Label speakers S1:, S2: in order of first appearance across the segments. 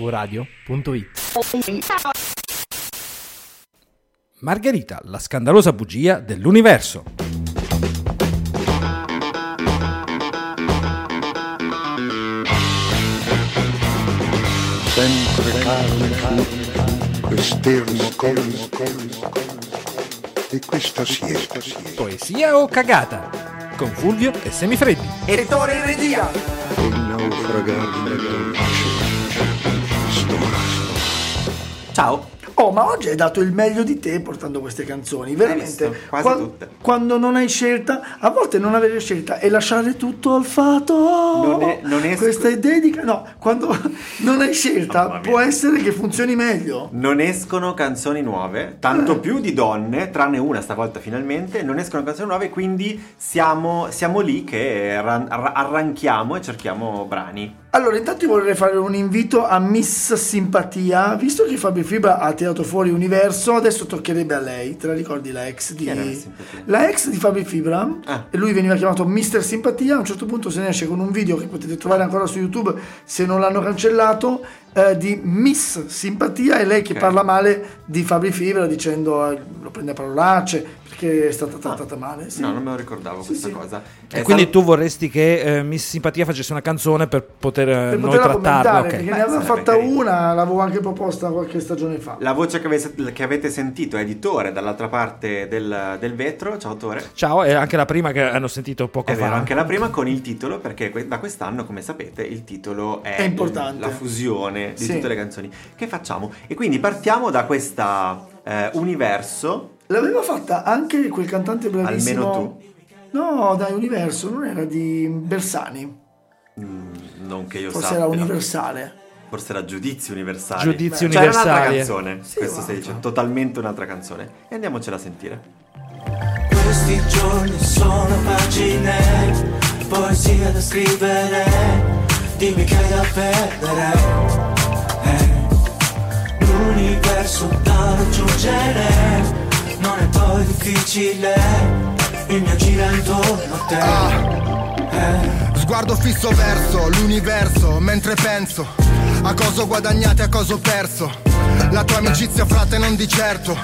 S1: mvradio.it
S2: Margherita, la scandalosa bugia dell'universo.
S3: sempre carne, esterno, colmo, colmo, e questa siesta,
S2: Poesia o cagata? Con Fulvio e Semifreddi.
S3: e il naufragare dolce, storasto.
S4: Ciao.
S5: Oh, ma oggi hai dato il meglio di te portando queste canzoni, veramente.
S4: visto? Quasi tutte.
S5: Quando non hai scelta, a volte non avere scelta e lasciare tutto al fato.
S4: Non è- non è-
S5: Questa è dedica. No, quando non hai
S4: Mamma
S5: scelta,
S4: mia.
S5: può essere che funzioni meglio.
S4: Non escono canzoni nuove, tanto
S5: Ah.
S4: più di donne, tranne una stavolta finalmente, non escono canzoni nuove, quindi siamo, siamo lì che ran- ar- arranchiamo e cerchiamo brani.
S5: Allora, intanto io vorrei fare un invito a Miss Simpatia, visto che Fabio Fibra ha tirato fuori Universo, adesso toccherebbe a lei. Te la ricordi la ex di
S4: era Miss Simpatia?
S5: La ex di Fabio Fibra,
S4: Ah.
S5: e lui veniva chiamato Mister Simpatia, a un certo punto se ne esce con un video che potete
S4: Ah.
S5: trovare ancora su YouTube se non l'hanno cancellato, eh, di Miss Simpatia e lei che
S4: Ok.
S5: parla male di Fabio Fibra dicendo eh, lo prende a parolacce perché è stata trattata male. sì.
S4: Ah. No, non me lo ricordavo questa
S5: sì.
S4: cosa.
S2: E
S4: Eh,
S2: quindi
S4: sal-
S2: tu vorresti che eh, Miss Simpatia facesse una canzone per poter eh,
S5: Per
S2: noi
S5: poterla
S2: trattarla?
S5: commentare,
S2: ok.
S5: perché
S4: Beh,
S5: ne aveva
S4: sarebbe
S5: fatta
S4: carino.
S5: una, l'avevo anche proposta qualche stagione fa.
S4: La voce che avete, che avete sentito è di Tore, dall'altra parte del, del vetro. Ciao Tore.
S2: Ciao, e anche la prima che hanno sentito poco
S4: È
S2: fa.
S4: vero, anche la prima con il titolo, perché que- da quest'anno, come sapete, il titolo è,
S5: È importante.
S4: la fusione di
S5: Sì.
S4: tutte le canzoni che facciamo. E quindi partiamo da questo universo.
S5: L'aveva fatta anche quel cantante bravissimo.
S4: Almeno tu.
S5: No, dai, Universo, non era di Bersani.
S4: mm, non che io
S5: Forse
S4: sappia.
S5: era Universale.
S4: Forse era Giudizi Universali.
S2: Giudizi
S4: Cioè, era un'altra
S2: Universali.
S4: canzone.
S5: Sì,
S4: questo stai
S5: guarda.
S4: dicendo, totalmente un'altra canzone. E andiamocela a sentire.
S6: Questi giorni sono pagine, poesia da scrivere, dimmi che hai da perdere. Eh, L'universo da raggiungere non è poi difficile, il mio gira intorno a te.
S7: Sguardo fisso verso l'universo mentre penso a cosa ho guadagnato e a cosa ho perso. La tua amicizia, frate, non di certo.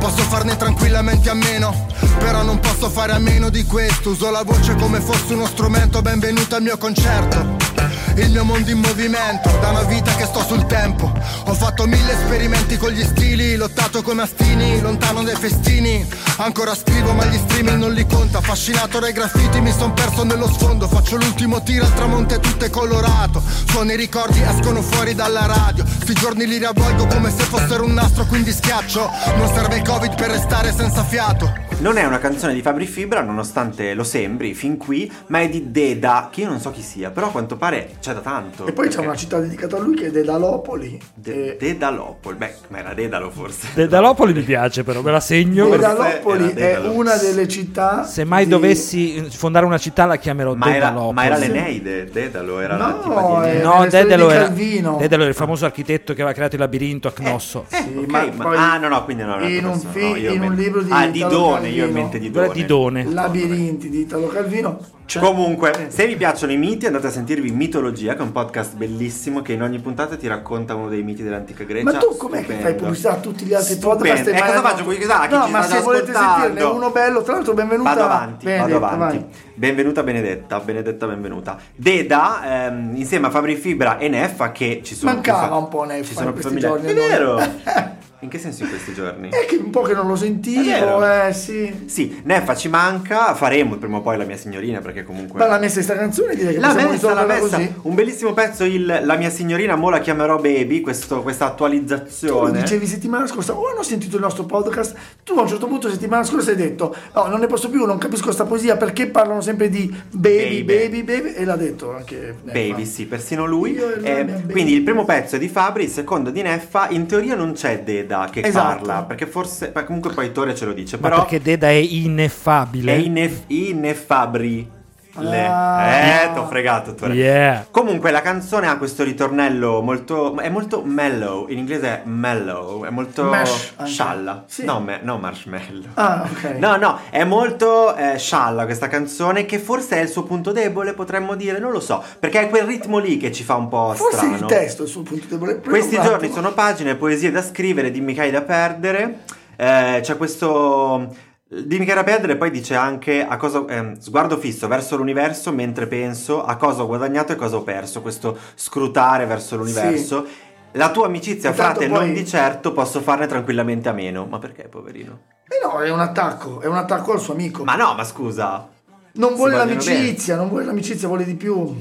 S7: Posso farne tranquillamente a meno, però non posso fare a meno di questo. Uso la voce come fosse uno strumento, benvenuto al mio concerto. Il mio mondo in movimento, da una vita che sto sul tempo. Ho fatto mille esperimenti con gli stili, lottato come astini, lontano dai festini. Ancora scrivo ma gli streaming non li conta. Affascinato dai graffiti, mi son perso nello sfondo. Faccio l'ultimo tiro al tramonto e tutto è colorato. Suoni i ricordi, escono fuori dalla radio. Sti giorni li riavvolgo come se fossero un nastro, quindi schiaccio. Non serve il covid per restare senza fiato.
S4: Non è una canzone di Fabri Fibra, nonostante lo sembri fin qui, ma è di Deda, che io non so chi sia, però a quanto pare c'è da tanto.
S5: E poi c'è
S4: perché-
S5: una Eh. città dedicata a lui che è Dedalopoli.
S4: De-
S5: E-
S4: Dedalopoli, beh, ma era Dedalo forse.
S2: Dedalopoli mi piace però, me la segno.
S4: Forse era
S5: Dedalopoli è
S4: Dedalo.
S5: una delle città.
S2: Se mai
S5: di-
S2: dovessi fondare una città la chiamerò
S4: Ma era,
S2: Dedalopoli.
S4: ma era l'Eneide, Dedalo era la
S5: No,
S4: tipa di
S5: è-
S4: Eneide.
S2: No,
S5: nelle storie
S2: Dedalo
S5: di
S2: era,
S5: Calvino.
S2: Dedalo era il famoso architetto che aveva creato il labirinto a Cnosso.
S4: Eh,
S5: Sì,
S4: ok,
S5: ma
S4: ma-
S5: poi
S4: ah, no, no, quindi non era
S5: in un
S4: persona,
S5: fi-
S4: no, io ho
S5: in un
S4: mente-
S5: libro di
S4: Ah,
S5: Italo
S4: Didone, io ho in
S5: Calvino.
S4: mente Didone.
S2: Era di Done.
S5: Labirinti di Italo Calvino. C'è-
S4: Comunque,
S5: Eh.
S4: se vi piacciono i miti, andate a sentirvi Mitologia, che è un podcast bellissimo che in ogni puntata ti racconta uno dei miti dell'antica Grecia.
S5: Ma tu com'è che
S4: Stupendo.
S5: fai pubblicità a tutti gli altri
S4: Stupendo.
S5: podcast?
S4: E
S5: mai
S4: cosa
S5: hanno-
S4: faccio? Puoi chiudere? Chi
S5: No,
S4: ci
S5: ma
S4: sta
S5: se volete
S4: ascoltando?
S5: sentirne uno bello, tra l'altro benvenuta.
S4: Vado avanti, vado
S5: Benedetta,
S4: avanti.
S5: vai.
S4: Benvenuta Benedetta, Benedetta benvenuta. Deda, ehm, insieme a Fabri Fibra e Neffa, che ci sono...
S5: Mancava
S4: ci sono-
S5: un po' Neffa
S4: ci sono
S5: in questi
S4: famiglie-
S5: giorni,
S4: È
S5: no?
S4: vero! in che senso in questi giorni?
S5: È che un po' che non lo
S4: È
S5: sentivo,
S4: vero.
S5: eh sì.
S4: Sì, Neffa ci manca, faremo prima o poi la mia signorina perché comunque...
S5: Ma la messa di sta canzone direi che
S4: La
S5: possiamo
S4: messa, la
S5: risolverla
S4: messa,
S5: così.
S4: un bellissimo pezzo, il La mia signorina, mo la chiamerò Baby, questo- questa
S5: Tu lo
S4: attualizzazione.
S5: dicevi settimana scorsa, o hanno sentito il nostro podcast, tu a un certo punto settimana scorsa hai detto no, non ne posso più, non capisco sta poesia perché parlano sempre di baby,
S4: Baby.
S5: baby, baby, e l'ha detto anche Neffa.
S4: Baby, sì, persino lui.
S5: Io e la
S4: Eh,
S5: mia baby.
S4: quindi il primo pezzo è di Fabri, il secondo di Neffa. In teoria non c'è Deda che
S5: Esatto.
S4: parla, perché forse. ma comunque poi Tore ce lo dice.
S2: Ma
S4: però
S2: perché Deda è ineffabile.
S4: è ineff- ineffabri. Le...
S5: Ah.
S4: Eh, t'ho fregato, Tore.
S2: Yeah.
S4: Comunque la canzone ha questo ritornello molto... è molto mellow, in inglese è mellow, è molto...
S5: Mash, anche.
S4: scialla.
S5: Sì.
S4: No, me- no, marshmallow.
S5: Ah, ok.
S4: No, no, è molto eh, scialla questa canzone che forse è il suo punto debole, potremmo dire, non lo so, perché è quel ritmo lì che ci fa un po'
S5: Forse
S4: strano.
S5: il testo è il suo punto debole. Prendo
S4: Questi
S5: un
S4: giorni
S5: attimo.
S4: sono pagine, poesie da scrivere, dimmi che hai da perdere. Eh, c'è questo. Dimmi che hai da perdere, poi dice anche a cosa, ehm, sguardo fisso verso l'universo mentre penso a cosa ho guadagnato e cosa ho perso. Questo scrutare verso l'universo. La tua amicizia,
S5: Intanto
S4: frate,
S5: poi-
S4: non di certo posso farne tranquillamente a meno. Ma perché, poverino?
S5: Eh no, è un attacco, è un attacco al suo amico.
S4: Ma no, ma scusa.
S5: non
S4: si
S5: vuole
S4: vogliono
S5: l'amicizia, non vuole l'amicizia, vuole di più.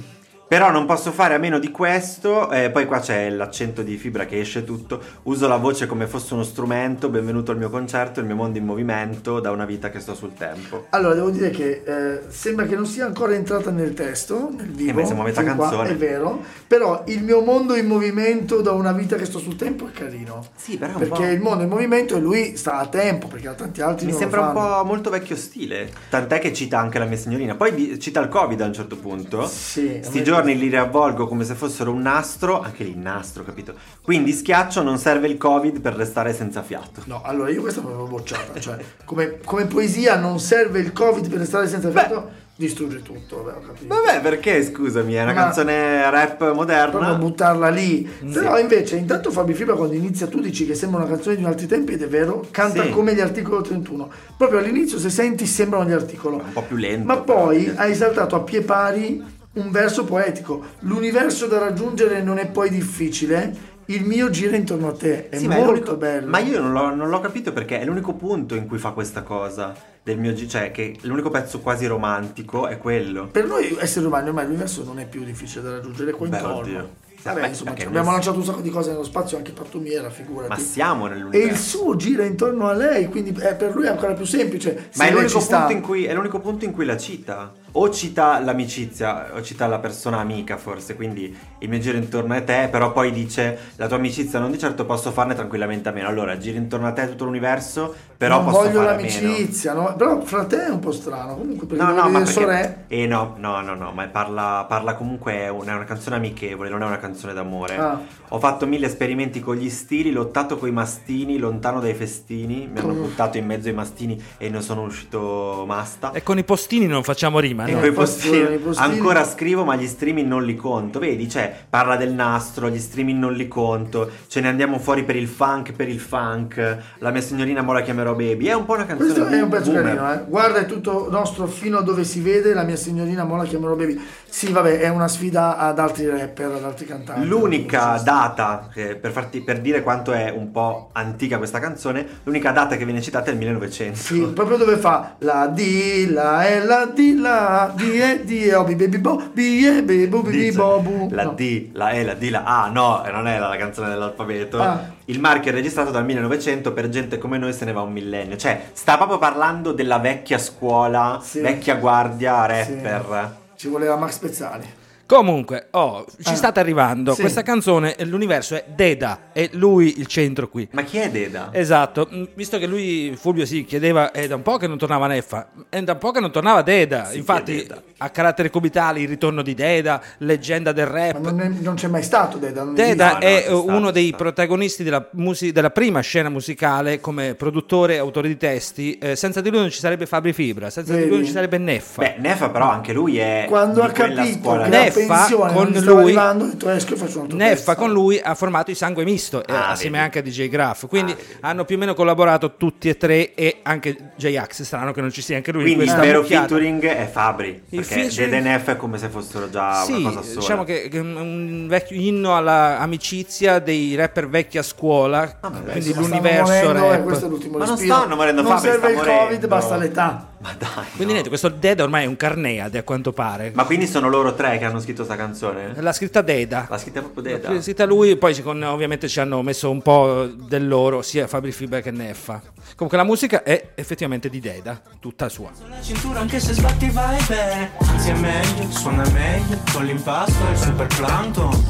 S4: Però non posso fare a meno di questo, eh, poi qua c'è l'accento di fibra che esce tutto, uso la voce come fosse uno strumento, benvenuto al mio concerto, il mio mondo in movimento, da una vita che sto sul tempo.
S5: Allora, devo dire che eh, sembra che non sia ancora entrata nel testo, nel vivo.
S4: Eh, beh, siamo a metà
S5: fin qua,
S4: canzone.
S5: è vero. Però il mio mondo in movimento da una vita che sto sul tempo è carino.
S4: Sì, però è un
S5: Perché
S4: po'-
S5: il mondo in movimento e lui sta a tempo, perché tanti altri
S4: Mi
S5: non
S4: sembra
S5: lo
S4: un
S5: fanno.
S4: po' molto vecchio stile, tant'è che cita anche la mia signorina, poi di- cita il Covid a un certo punto.
S5: Sì, a
S4: Sti
S5: me-
S4: giorni li riavvolgo come se fossero un nastro, anche lì nastro, capito? Quindi schiaccio, non serve il Covid per restare senza fiato.
S5: No, allora io questa l'avevo bocciata. Cioè, come, come poesia non serve il Covid per restare senza fiato, distrugge tutto. Vabbè, ho capito.
S4: Vabbè, perché scusami, è una
S5: Ma-
S4: canzone rap
S5: Proprio
S4: moderna.
S5: buttarla lì.
S4: Mm.
S5: Però invece, intanto Fabio Fibra quando inizia tu dici che sembra una canzone di un altri tempi ed è vero, canta
S4: Sì.
S5: come gli articolo 31. Proprio all'inizio se senti sembrano gli articolo.
S4: un po' più lento,
S5: Ma
S4: però,
S5: poi
S4: eh.
S5: hai saltato a pie pari un verso poetico. L'universo da raggiungere non è poi difficile. Il mio gira intorno a te. È
S4: Sì, ma
S5: molto
S4: l'unico-
S5: bello.
S4: Ma io non l'ho, non l'ho capito perché è l'unico punto in cui fa questa cosa del mio gi- cioè che l'unico pezzo quasi romantico è quello.
S5: Per noi esseri umani ormai l'universo non è più difficile da raggiungere qua
S4: Beh,
S5: intorno.
S4: oddio.
S5: Vabbè,
S4: Beh,
S5: insomma,
S4: anche
S5: cioè, abbiamo
S4: noi-
S5: lanciato un sacco di cose nello spazio, anche pattumiera, figurati.
S4: Ma siamo
S5: E il
S4: nell'universo.
S5: suo gira intorno a lei, quindi eh, per lui è ancora più semplice.
S4: Ma
S5: se
S4: è
S5: lei
S4: l'unico,
S5: ci sta.
S4: punto in cui, è l'unico punto in cui la cita. O cita l'amicizia, o cita la persona amica forse, quindi il mio giro intorno a te, però poi dice la tua amicizia non di certo posso farne tranquillamente a meno. Allora, giro intorno a te tutto l'universo, però
S5: non
S4: posso
S5: voglio
S4: fare a meno.
S5: l'amicizia, no? però fra te è un po' strano. Comunque, perché
S4: No, no, ma perché...
S5: sorelle.
S4: Eh, no, no, no, no, ma parla, parla comunque, è una, è una canzone amichevole, non è una canzone d'amore.
S5: Ah.
S4: Ho fatto mille esperimenti con gli stili, lottato coi mastini, lontano dai festini, mi
S5: Mm.
S4: hanno buttato in mezzo ai mastini e non sono uscito masta.
S2: E con i postini non facciamo rima,
S4: E
S2: no?
S5: Ecco.
S4: coi
S5: posso-
S4: postini,
S5: Eh, i postini-
S4: ancora scrivo ma gli streaming non li conto, vedi, cioè parla del nastro, gli streaming non li conto, ce ne andiamo fuori per il funk, per il funk, la mia signorina mo la chiamerò baby, è un po' una canzone
S5: Questo è un pezzo
S4: boomer.
S5: carino, eh. Guarda, è tutto nostro fino a dove si vede. La mia signorina Mola chiamerò Baby. Sì, vabbè, è una sfida ad altri rapper, ad altri cantanti.
S4: L'unica
S5: Ah, Sì, sì.
S4: data, eh, per, farti, per dire quanto è un po' antica questa canzone, l'unica data che viene citata è il 1900.
S5: Sì, proprio dove fa la D, la E, la D, la D, E, D, E, O, B, baby, bo, B, E, B, bo, B, B,
S4: Dice
S5: bo, bu.
S4: La
S5: No.
S4: D, la E, la D, la A, no, non è la, la canzone dell'alfabeto.
S5: Ah.
S4: Il marchio è registrato dal 1900, per gente come noi se ne va un millennio. Cioè, sta proprio parlando della vecchia scuola,
S5: Sì.
S4: vecchia guardia
S5: Sì.
S4: rapper.
S5: Ci voleva Max Pezzali.
S2: Comunque, oh, ci
S5: Ah.
S2: state arrivando.
S5: Sì.
S2: Questa canzone, l'universo è Deda, è lui il centro qui.
S4: Ma chi è Deda?
S5: Eh,
S2: Esatto, Mm, visto che lui, Fulvio, si chiedeva, è da un po' che non tornava Neffa, è da un po' che non tornava Deda, infatti
S4: chi è Deda?
S2: a carattere cubitale il ritorno di Deda, leggenda del
S5: Ma
S2: rap.
S5: non, è- non c'è mai stato Deda. Non
S2: Deda
S4: No, no,
S2: è eh,
S4: ci sta,
S2: uno
S4: ci
S2: dei
S4: sta.
S2: protagonisti della, musi- della prima scena musicale come produttore e autore di testi, Eh, senza di lui non ci sarebbe Fabri Fibra, senza di
S5: Vedi?
S2: lui non ci sarebbe Neffa.
S4: Beh, Nefa però anche lui è
S5: Quando
S4: di
S5: ha
S4: quella
S5: capito
S4: scuola
S5: che
S4: lì.
S5: la
S2: Neffa
S5: pensione
S2: con
S5: non gli stava
S2: lui-
S5: arrivando, ha detto esco e faccio un altro
S2: Neffa
S5: testo".
S2: con lui ha formato i Sangue Misto eh,
S4: Ah,
S2: assieme
S4: vedi.
S2: anche a DJ Graf quindi hanno più o meno collaborato tutti e tre e anche J-Ax strano che non ci sia anche lui in
S4: Quindi il
S2: questa
S4: vero
S2: mucchiata.
S4: featuring è Fabri.
S2: Il
S4: Perché
S2: featuring-
S4: Dede e Neff è come se fossero già
S2: sì,
S4: una cosa sola.
S2: diciamo che, che è un vecchio inno all'amicizia dei rapper vecchia scuola quindi
S5: Insomma, stanno
S2: l'universo
S5: morendo, eh,
S2: rap
S5: questo è l'ultimo
S4: Ma non
S5: respiro.
S4: stanno morendo
S5: Non
S4: Fabri,
S5: serve
S4: sta
S5: il
S4: morendo.
S5: covid, basta l'età.
S4: Ma dai.
S2: quindi
S4: no.
S2: niente questo Deda ormai è un carneade a quanto pare
S4: Ma quindi sono loro tre che hanno scritto sta canzone?
S2: l'ha scritta Deda
S4: L'ha scritta proprio Deda.
S2: l'ha scritta lui poi ci- con- ovviamente ci hanno messo un po' del loro sia Fabri Fibra che Neffa comunque la musica è effettivamente di Deda tutta sua
S6: Sulla cintura anche se sbatti vai bene Anzi è meglio, suona meglio Con l'impasto e il superplankton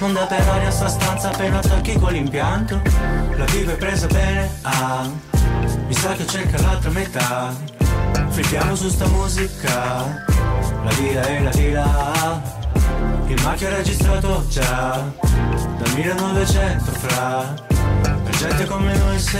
S6: Onda per aria sta stanza appena attacchi con l'impianto La vivo è presa bene, ah Mi sa che cerca l'altra metà Flippiamo su sta musica la via e la di là. Il marchio è registrato già dal 1900 fra. Per gente come noi se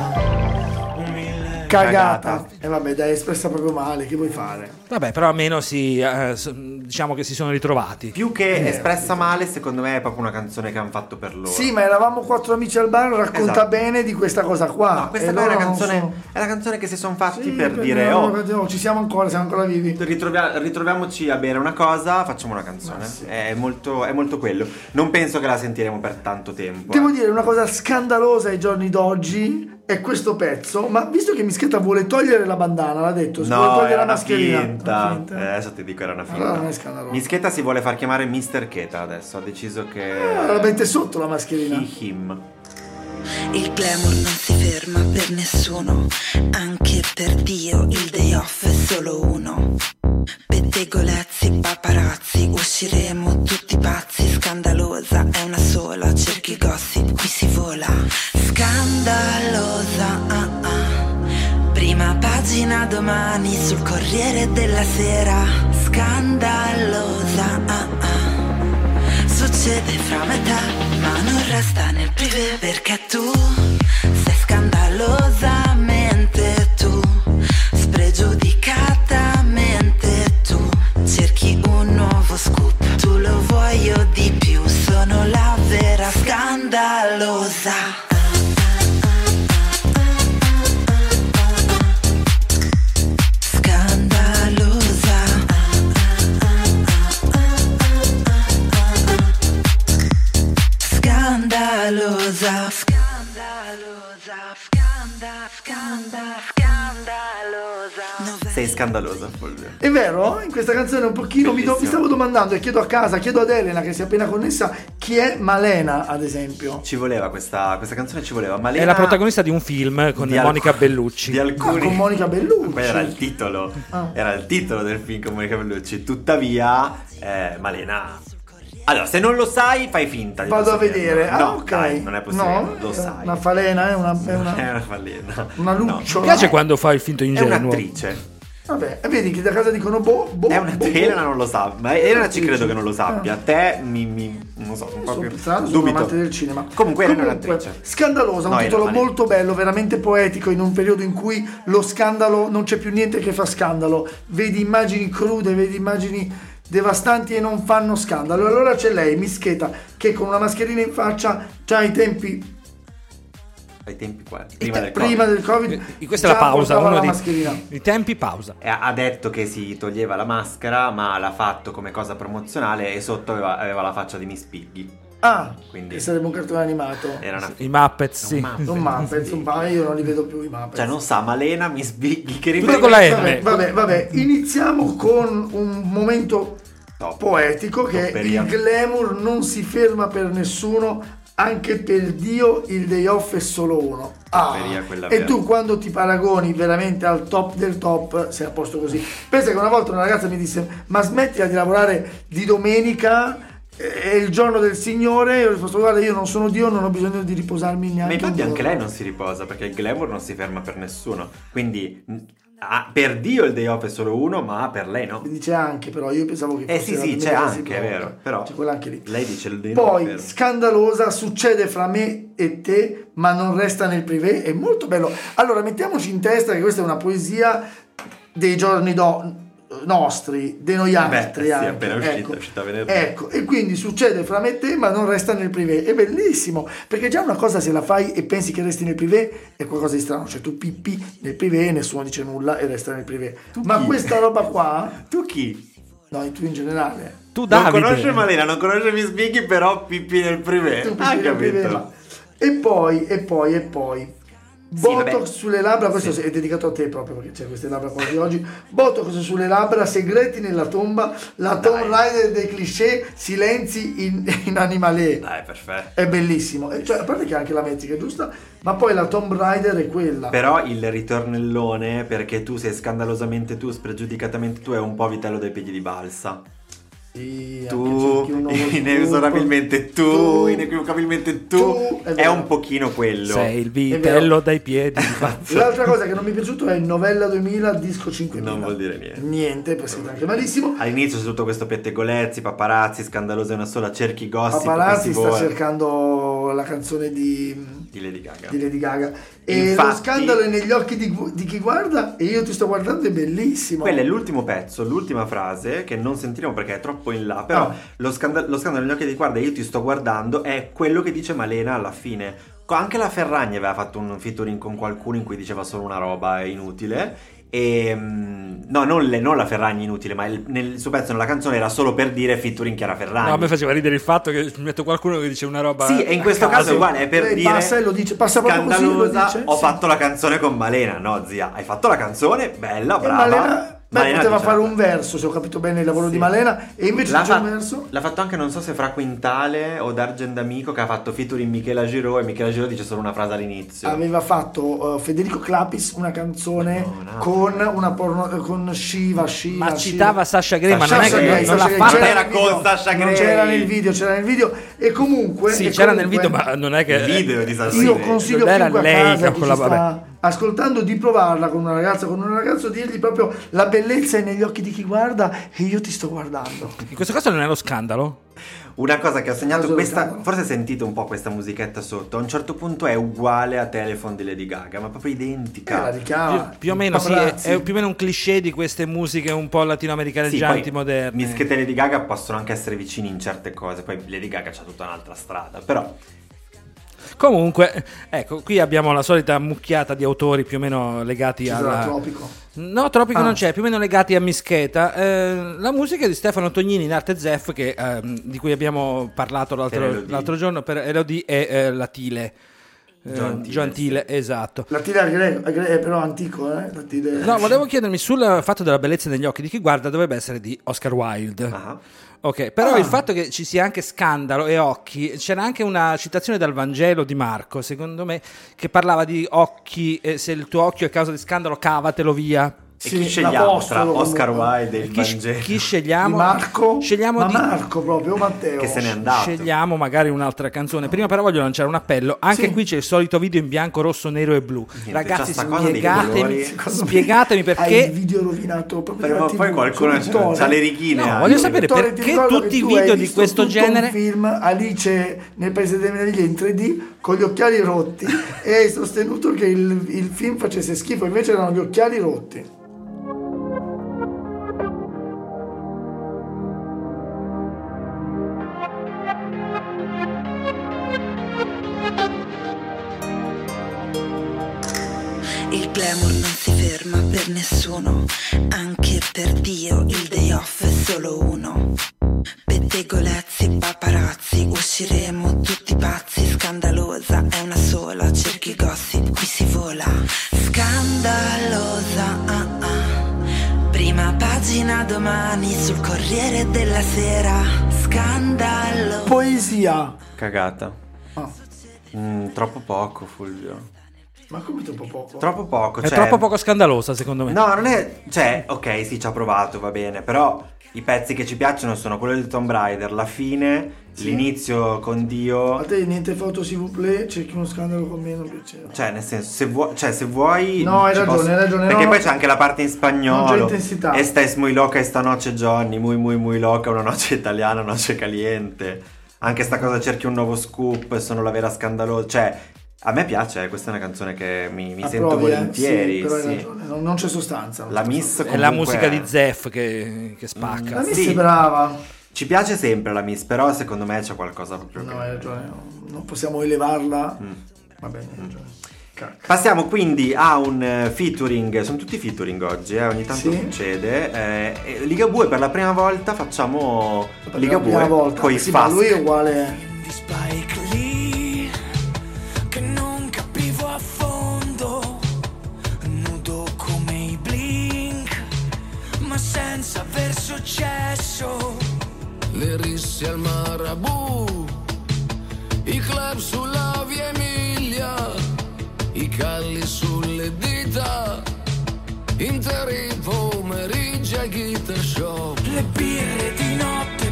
S6: va. Un mille...
S5: Cagata. E vabbè, dai, è espressa proprio male, che vuoi fare?
S2: Vabbè, però almeno si, eh, s- diciamo che si sono ritrovati.
S4: Più che espressa male, secondo me è proprio una canzone che hanno fatto per loro.
S5: Sì, ma eravamo quattro amici al bar, racconta
S4: Esatto.
S5: bene di questa cosa qua.
S4: No, questa
S5: E
S4: qua è una
S5: loro non
S4: canzone,
S5: sono-
S4: è una canzone che si sono fatti
S5: Sì,
S4: per dire,
S5: loro
S4: oh,
S5: dicono, ci siamo ancora, siamo ancora vivi.
S4: Ritrovia- ritroviamoci a bere una cosa, facciamo una canzone. È, molto, è molto quello. Non penso che la sentiremo per tanto tempo.
S5: Devo
S4: eh.
S5: dire una cosa scandalosa ai giorni d'oggi è questo pezzo, ma visto che Mischetta vuole togliere la bandana, l'ha detto, si vuole
S4: No,
S5: togliere
S4: era
S5: la
S4: una
S5: mascherina.
S4: finta.
S5: Una finta.
S4: Eh, adesso ti dico, era una finta.
S5: Allora non è scandaloso.
S4: Mischetta si vuole far chiamare Mr. Keta adesso. Ha deciso che.
S5: Ah, la mette sotto la mascherina.
S4: He, him.
S1: Il glamour non si ferma per nessuno, anche per Dio il day off è solo uno. Pettegolezzi, paparazzi, usciremo tutti pazzi, scandalosa è una sola, cerchi gossip, qui si vola. Scandalosa, ah ah. prima pagina domani sul Corriere della Sera. Scandalosa, ah ah. Succede fra metà, ma non resta nel privé perché tu sei scandalosamente tu, spregiudicatamente tu, cerchi un nuovo scoop, tu lo vuoi io di più, sono la vera scandalosa. Scandalosa. Scandalosa. Scandalosa. Scanda, scanda, scandalosa.
S4: Sei scandalosa, Fulvio.
S5: È vero? In questa canzone un pochino mi, do- mi
S4: Bellissimo.
S5: stavo domandando e chiedo a casa, chiedo ad Elena che si è appena connessa, chi è Malena, ad esempio.
S4: Ci voleva questa, questa canzone, ci voleva. Ma
S2: È la protagonista di un film con Monica Bellucci.
S4: Di
S5: Ah,
S4: alcuni.
S5: con Monica Bellucci.
S4: Quello era il titolo.
S5: Ah.
S4: Era il titolo del film con Monica Bellucci. Tuttavia, eh, Malena. Allora, se non lo sai, fai finta. Di non
S5: Vado a
S4: saperlo.
S5: vedere.
S4: no,
S5: ah, ok.
S4: dai, non è possibile.
S5: No,
S4: lo
S5: è
S4: sai.
S5: Una falena, è una. È
S4: È
S5: una,
S4: una falena.
S5: una
S4: No.
S5: lucciola.
S2: Mi piace quando fa il finto
S4: È
S2: ingenuo.
S4: un'attrice.
S5: Vabbè, e vedi che da casa dicono boh, boh.
S4: È una
S5: boh,
S4: Elena
S5: boh.
S4: non lo sa, ma Elena ci
S5: Attrice.
S4: credo che non lo sappia.
S5: Ah.
S4: Te mi, mi- non so,
S5: Io Eh, sono
S4: proprio
S5: pensato, sono
S4: dubito.
S5: amante del cinema.
S4: Comunque Elena è un'attrice.
S5: Scandalosa, un
S4: No, era
S5: titolo
S4: Malena.
S5: molto bello, veramente poetico, in un periodo in cui lo scandalo non c'è più niente che fa scandalo. Vedi immagini crude, vedi immagini devastanti e non fanno scandalo. Allora c'è lei, Mischeta, che con una mascherina in faccia già ai tempi eh,
S4: Ai tempi qua, prima del
S5: prima
S4: Covid. Eh,
S5: del Covid.
S2: E Questa è la
S5: già
S2: pausa,
S5: portava
S2: uno
S5: la
S2: dei-
S5: mascherina.
S2: i tempi pausa.
S4: E Ha ha detto che si toglieva la maschera, ma l'ha fatto come cosa promozionale e sotto aveva, aveva la faccia di Miss Piggy.
S5: Ah,
S4: Quindi- Eh.
S5: che sarebbe un cartone animato.
S4: Era una
S2: I Muppets, sì.
S4: Muppet.
S5: Non Muppets, insomma, io non li vedo più i Muppets.
S4: Cioè, non sa, Malena, Miss Piggy, che
S2: Tutto
S4: riferimento
S2: con la
S5: Vabbè,
S2: M.
S5: vabbè, vabbè, iniziamo con un momento
S4: Top.
S5: poetico che
S4: Topperia.
S5: il glamour non si ferma per nessuno, anche per Dio il day off è solo uno. Ah,
S4: Topperia quella
S5: e
S4: vera.
S5: tu quando ti paragoni veramente al top del top sei a posto così. Pensa che una volta una ragazza mi disse ma smettila di lavorare di domenica. eh, È il giorno del Signore, e io ho risposto: Guarda, io non sono Dio, non ho bisogno di riposarmi
S4: Ma
S5: neanche. un
S4: infatti anche
S5: giorno."
S4: lei non si riposa perché il glamour non si ferma per nessuno. Quindi mh, ah, per Dio il day off è solo uno, ma per lei no.
S5: Quindi C'è anche, però io pensavo che
S4: Eh
S5: fosse
S4: sì,
S5: la
S4: sì, c'è
S5: domenica
S4: anche, è
S5: si blocca.
S4: vero. Però
S5: c'è quella anche lì.
S4: Lei dice il day off. è
S5: Poi
S4: vero.
S5: scandalosa succede fra me e te, ma non resta nel privé. È molto bello. Allora, mettiamoci in testa che questa è una poesia dei giorni do- nostri, de noi
S4: Eh Beh,
S5: altri.
S4: sì, è
S5: anche.
S4: appena uscita,
S5: ecco.
S4: è uscita venerdì.
S5: Ecco, e quindi succede fra me e te, ma non resta nel privé. È bellissimo, perché già una cosa se la fai e pensi che resti nel privé è qualcosa di strano. Cioè, tu pippi nel privé e nessuno dice nulla e resta nel privé. ma
S4: chi?
S5: questa roba qua,
S4: Tu chi?
S5: no, tu in generale.
S2: Tu
S4: Non
S2: Davide.
S4: conosce Malena, non conosce Miss Piggy, però pipì nel privé.
S5: Tu
S4: Ah,
S5: pipì nel privé,
S4: capito?
S5: ma- E poi, e poi, e poi.
S4: vabbè.
S5: Botox sulle labbra, questo è dedicato a te proprio perché c'è queste labbra qua di oggi. Botox sulle labbra, segreti nella tomba, la Tomb Raider dei cliché, silenzi in, in animale.
S4: Dai, perfetto.
S5: È bellissimo. E cioè, a parte che anche la metrica è giusta, ma poi la Tomb Raider è quella.
S4: Però il ritornellone, perché tu sei scandalosamente tu, spregiudicatamente tu, è un po' vitello dei piedi di balsa.
S5: Sì, anche
S4: Tu,
S5: cerchi un nuovo
S4: inesorabilmente tu,
S5: sviluppo.
S4: inequivocabilmente tu,
S5: tu, è
S4: è,
S5: vero.
S4: un pochino quello.
S2: Sei il vitello dai piedi.
S5: L'altra cosa che non mi è piaciuto è Novella 2000, disco 5000.
S4: Non vuol dire niente.
S5: Niente, perché è scritto anche malissimo.
S4: All'inizio c'è tutto questo pettegolezzi, paparazzi, scandalosa è una sola, cerchi gossip,
S5: Paparazzi
S4: che si
S5: sta
S4: vola.
S5: cercando la canzone di,
S4: eh. di Lady Gaga.
S5: di Lady Gaga. E lo
S4: Infatti-
S5: scandalo è negli occhi di, gu- di chi guarda e io ti sto guardando, è bellissimo.
S4: Quello è l'ultimo pezzo, l'ultima frase che non sentiremo perché è troppo in là, però
S5: Ah.
S4: lo, scanda- lo scandalo negli occhi di guarda io ti sto guardando è quello che dice Malena alla fine. Co- Anche la Ferragni aveva fatto un featuring con qualcuno in cui diceva solo una roba inutile. E, mm, no, non, le- non la Ferragni inutile, ma il, nel suo pezzo nella canzone era solo per dire featuring Chiara Ferragni.
S2: No, a me faceva ridere il fatto che metto qualcuno che dice una roba. eh. Ah,
S4: Sì, e in
S2: a
S4: questo caso
S2: caso.
S4: è uguale, è per
S5: Lei
S4: dire
S5: Eh, passa e lo dice, passa proprio così e lo
S4: scandalosa,
S5: dice,
S4: ho
S5: sì.
S4: fatto la canzone con Malena, no zia, hai fatto la canzone, bella,
S5: E
S4: brava.
S5: Eh, Malena, beh,
S4: Malena
S5: poteva
S4: dice-
S5: fare un verso, se ho capito bene il lavoro
S4: Sì.
S5: di Malena, e invece
S4: L'ha,
S5: c'è un
S4: fa-
S5: verso.
S4: l'ha fatto anche, non so se fra Quintale o D'Argent Amico, che ha fatto featuring Michela Giro e Michela Giro dice solo una frase all'inizio.
S2: Ah,
S5: Aveva fatto eh, Federico Clapis una canzone
S4: Madonna.
S5: con una porno- con Shiva Shiva.
S2: Ma
S5: Shiva.
S2: citava Sasha Grey, ma
S4: Sasha
S2: non è
S4: Grey,
S2: che non
S4: Sasha
S2: l'ha
S4: Grey,
S2: fatta.
S4: c'era-
S5: nel video,
S4: con Sasha
S5: non
S4: Grey.
S5: c'era nel video, c'era nel video e comunque
S2: Sì,
S5: e
S2: c'era
S5: comunque-
S2: nel video, ma non è che. eh,
S4: Il video di Sasha
S5: Io
S4: Grey.
S5: consiglio
S2: Non era
S5: chiunque
S2: lei
S5: a
S2: che
S5: casa che
S2: quella-
S5: ci sta ascoltando di provarla con una ragazza, con un ragazzo, dirgli proprio la bellezza è negli occhi di chi guarda e io ti sto guardando.
S2: In questo caso non è lo scandalo.
S4: Una cosa che ho segnato,
S5: Cosa
S4: questa,
S5: cavolo?
S4: forse sentite un po' questa musichetta sotto, a un certo punto è uguale a Telephone di Lady Gaga, ma proprio
S5: Eh, la
S4: identica.
S5: richiama.
S2: più, più o meno, sì, è,
S5: Paparazzi.
S2: è più o meno un cliché di queste musiche un po'
S4: Sì,
S2: latinoamericaneggianti
S4: poi
S2: moderne.
S4: Mischiette e Lady Gaga possono anche essere vicini in certe cose, poi Lady Gaga c'ha tutta un'altra strada, però
S2: Comunque, ecco, qui abbiamo la solita mucchiata di autori più o meno legati
S5: Ci sarà
S2: alla.
S5: tropico.
S2: No, Tropico
S5: Ah.
S2: non c'è, più o meno legati a Mischeta. Eh, la musica è di Stefano Tognini in arte Zef, che, ehm, di cui abbiamo parlato
S4: Per
S2: l'altro,
S4: Elodie.
S2: l'altro giorno per Elodie e eh, la Tile. Eh,
S4: John Tile,
S2: John Tile, esatto.
S5: La tira greco, è gre- è però antico, eh? La tira...
S2: No, volevo chiedermi sul fatto della bellezza negli occhi di chi guarda, dovrebbe essere di Oscar Wilde.
S4: ah,
S2: Ok, però
S5: Ah.
S2: il fatto che ci sia anche scandalo e occhi, c'era anche una citazione dal Vangelo di Marco, secondo me, che parlava di occhi, eh, se il tuo occhio è causa di scandalo cavatelo via.
S5: Sì,
S4: e chi scegliamo tra
S5: l'apostolo,
S4: Oscar
S5: comunque.
S4: Wilde e il
S2: Chi,
S4: Vangelo?
S2: chi
S5: Di
S2: scegliamo?
S5: Marco,
S2: Scegliamo
S5: ma
S2: di-
S5: Marco proprio, o Matteo.
S4: che se n'è andato.
S2: Scegliamo magari un'altra canzone. Prima però voglio lanciare un appello. Anche
S5: Sì.
S2: qui c'è il solito video in bianco, rosso, nero e blu.
S4: Niente,
S2: Ragazzi,
S4: c'è sta cosa dei
S2: spiegatemi,
S4: colori.
S5: Secondo me
S2: spiegatemi
S5: Hai il
S2: perché
S5: video rovinato proprio
S4: Però
S5: dalla
S4: poi
S5: TV,
S4: qualcuno
S5: sul dottore.
S4: ha le eh. righine.
S2: No,
S4: anche.
S2: voglio sapere-
S5: Dottore,
S2: perché
S5: ti ricordo
S2: tutti
S5: che
S2: i
S5: tu
S2: video
S5: hai
S2: di
S5: visto
S2: questo
S5: tutto
S2: genere-
S5: un film Alice nel paese dei meraviglie in 3D con gli occhiali rotti e hai sostenuto che il, il film facesse schifo, invece erano gli occhiali rotti.
S1: Il glamour non si ferma per nessuno, anche per Dio il day off è solo uno. Pettegolezzi, paparazzi, usciremo tutti pazzi, scandalosa è una sola, cerchi il gossip, qui si vola. Scandalosa, ah ah. prima pagina domani sul Corriere della Sera, scandalo.
S5: Poesia.
S4: Cagata.
S5: Ah,
S4: Mm, troppo poco, Fulvio.
S5: ma come troppo poco?
S4: Troppo poco.
S2: è
S4: cioè-
S2: troppo poco scandalosa, secondo me.
S4: No, non è. Cioè, ok, sì, ci ha provato, va bene. Però i pezzi che ci piacciono sono quello di Tomb Raider, la fine, l'inizio con Dio.
S5: A te niente foto, si vous plaît, cerchi uno scandalo con meno piacere.
S4: Cioè, nel senso, se vuoi. Cioè, se vuoi
S5: No, hai
S4: ci
S5: ragione, hai ragione,
S4: Perché
S5: no,
S4: poi
S5: no.
S4: c'è anche la parte in spagnolo.
S5: Non c'è intensità.
S4: Esta es muy loca esta noche, Johnny. Muy, muy, muy loca. Una noce italiana, una noce caliente. Anche sta cosa cerchi un nuovo scoop. Sono la vera scandalosa. Cioè, a me piace, eh, questa è una canzone che mi, mi
S5: Ah,
S4: sento
S5: provi, eh?
S4: volentieri.
S5: Sì, però hai
S4: sì.
S5: ragione, non, non c'è sostanza. non
S4: La
S5: c'è
S4: miss
S5: sostanza.
S2: è la
S4: comunque-
S2: musica di Zef che, che spacca.
S5: La miss
S4: Sì.
S5: è brava.
S4: Ci piace sempre la Miss, però secondo me c'è qualcosa proprio.
S5: No,
S4: che- Mm.
S5: hai ragione, no, non possiamo elevarla. Va bene, hai ragione. Cacca.
S4: Passiamo quindi a un eh, featuring, sono tutti featuring oggi, eh, ogni tanto
S5: Sì.
S4: succede. Eh, e Ligabue per la prima volta facciamo
S5: prima
S4: Ligabue
S5: volta.
S4: con i
S5: Sì, ma
S4: Fast.
S5: lui è uguale.
S8: di Spike Lee che non capivo a fondo, nudo come i blink, ma senza aver successo. Le risse al marabù, i club sulla via Emilia, i calli sulle dita, interi pomeriggi al guitar shop. Le birre di notte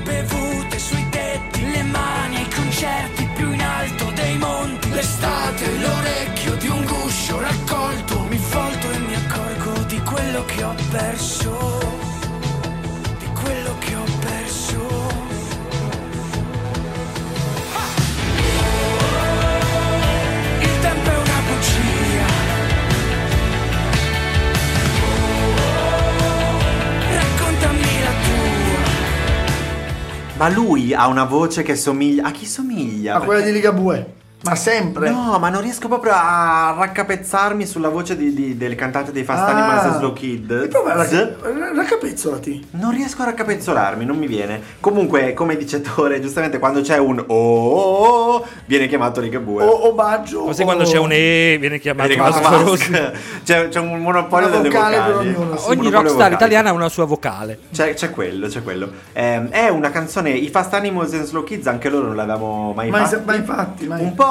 S4: Ma lui ha una voce che somiglia. A chi somiglia?
S5: a quella di Ligabue. Ma sempre.
S4: No, ma non riesco proprio a raccapezzarmi sulla voce di- di- del cantante dei Fast Animals e Slow Kid.
S5: Ah. E prova a
S4: Z.
S5: racca- raccapezzolati.
S4: Non riesco a raccapezzolarmi, non mi viene. Comunque, come dice Tore, giustamente quando c'è un oh, oh, oh, viene chiamato Rigabue.
S5: O, o Baggio.
S2: Così
S5: o-
S2: quando c'è un E viene chiamato
S4: Viene chiamato
S2: Vasco
S4: Vasco.
S2: Rossi.
S4: Cioè, C'è, c'è un monopolio
S5: Una
S4: delle
S5: vocale per
S4: vocali.
S5: ognuno, sì.
S4: Un
S2: Ogni
S4: monopolio
S2: rockstar
S4: vocale.
S2: italiana ha una sua vocale.
S4: C'è, c'è quello, c'è quello. Ehm, è una canzone, i Fast Animals and Slow Kids, anche loro non l'avevamo mai
S5: Ma,
S4: fatta.
S5: ma infatti, ma
S4: Un po',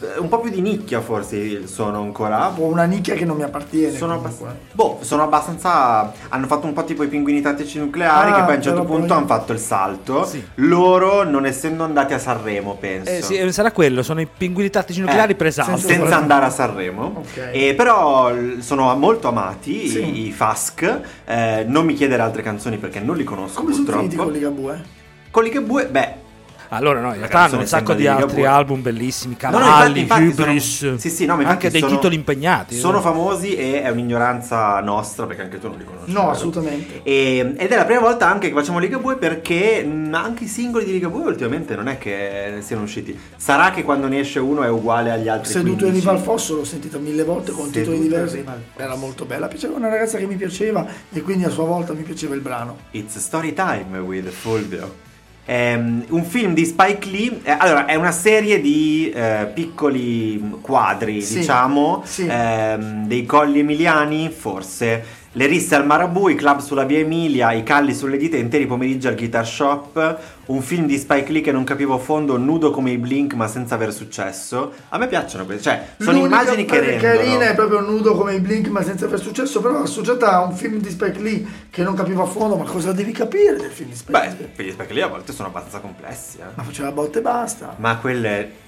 S4: eh, un po' più di nicchia forse sono ancora. Boh,
S5: Ho una nicchia che non mi appartiene.
S4: Sono
S5: comunque.
S4: abbastanza, boh, sono abbastanza. Hanno fatto un po' tipo i pinguini tattici nucleari.
S5: Ah,
S4: che poi a un certo
S5: però
S4: punto
S5: poi-
S4: hanno fatto il salto.
S2: Sì.
S4: Loro, non essendo andati a Sanremo, penso.
S2: Eh, sì, sarà quello, sono i pinguini tattici nucleari
S4: Esatto.
S2: esatto.
S4: Eh,
S2: presenti.
S5: senza-
S4: senza andare a Sanremo.
S5: Ok.
S4: Eh, però l- sono molto amati
S5: Sì.
S4: i, i Fask. eh, non mi chiedere altre canzoni perché non li conosco
S5: Come sono finiti
S4: purtroppo.
S5: con Ligabue?
S4: Con Ligabue, beh,
S2: Allora, no, in realtà
S4: canzone
S2: hanno un sacco
S4: sembra
S2: di
S4: di
S2: altri
S4: Ligabue.
S2: album bellissimi,
S4: No, no,
S2: Cavalli,
S4: infatti- infatti
S2: Hubris,
S4: sono- sì, sì, no, ma infatti
S2: anche dei
S4: sono-
S2: titoli impegnati.
S4: sono
S2: eh.
S4: famosi e è un'ignoranza nostra perché anche tu non li conosci.
S5: No,
S4: vero?
S5: assolutamente.
S4: E- ed è la prima volta anche che facciamo Ligabue perché mh, anche i singoli di Ligabue ultimamente non è che siano usciti. Sarà che quando ne esce uno è uguale agli altri.
S5: Seduto in
S4: 15.
S5: riva al fosso l'ho sentita mille volte con
S4: Seduto
S5: titoli
S4: in
S5: diversi.
S4: riva al fosso.
S5: Era molto bella. Piaceva una ragazza che mi piaceva e quindi a sua volta mi piaceva il brano.
S4: It's Story Time with Fulvio. Ehm, un film di Spike Lee, eh, allora è una serie di eh, piccoli mh, quadri,
S5: Sì,
S4: diciamo,
S5: sì.
S4: ehm, dei colli emiliani, forse. Le risse al Marabù, i club sulla via Emilia, i calli sulle dita, interi pomeriggi al guitar shop. Un film di Spike Lee che non capivo a fondo, nudo come i Blink ma senza aver successo. A me piacciono queste, cioè sono
S5: L'unica
S4: immagini che
S5: parte
S4: rendono.
S5: carina è proprio nudo come i Blink ma senza aver successo, però associata a un film di Spike Lee che non capivo a fondo, ma cosa devi capire del film di Spike
S4: Beh,
S5: Lee?
S4: film di Spike Lee a volte sono abbastanza complessi, eh.
S5: Ma faceva botte e basta.
S4: Ma quelle...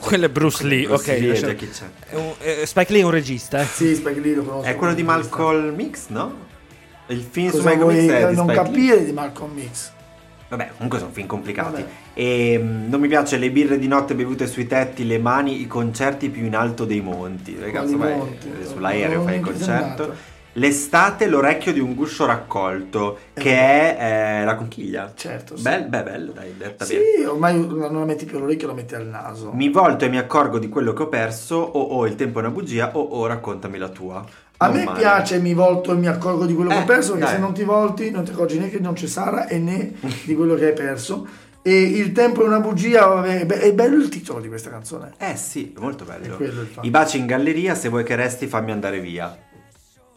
S2: Quello è Bruce Lee,
S4: Bruce
S2: ok.
S4: Lee e
S2: lascia-
S4: Jackie Chan.
S2: È un- eh, Spike Lee è un regista, eh.
S5: Sì, Spike Lee lo conosco.
S4: È quello di Malcolm Mix, no? Il film su
S5: Cosa
S4: Malcolm
S5: vuoi
S4: Mix è eh, di
S5: non
S4: Spike Lee.
S5: capire di Malcolm Mix?
S4: Vabbè, comunque sono film complicati.
S5: Vabbè.
S4: E mm, non mi piace le birre di notte bevute sui tetti, le mani, i concerti più in alto dei monti. Ragazzi, vai
S5: monti?
S4: eh, sull'aereo
S5: Non
S4: fai il
S5: mi è
S4: concerto.
S5: andato.
S4: L'estate, l'orecchio di un guscio raccolto, che è eh, la conchiglia.
S5: Certo, sì.
S4: Bel- beh, bello, dai, detta bene.
S5: Sì, ormai non la metti più all'orecchio, la metti al naso.
S4: Mi volto e mi accorgo di quello che ho perso, o oh, il tempo è una bugia, o oh, raccontami la tua.
S5: A
S4: Non
S5: me
S4: male.
S5: piace mi volto e mi accorgo di quello che
S4: Eh,
S5: ho perso, perché
S4: dai.
S5: se non ti volti non ti accorgi né che non c'è Sara e né di quello che hai perso. E il tempo è una bugia, vabbè, è be- è bello il titolo di questa canzone.
S4: Eh sì, è molto bello.
S5: È quello il fatto.
S4: I baci in galleria, se vuoi che resti fammi andare via.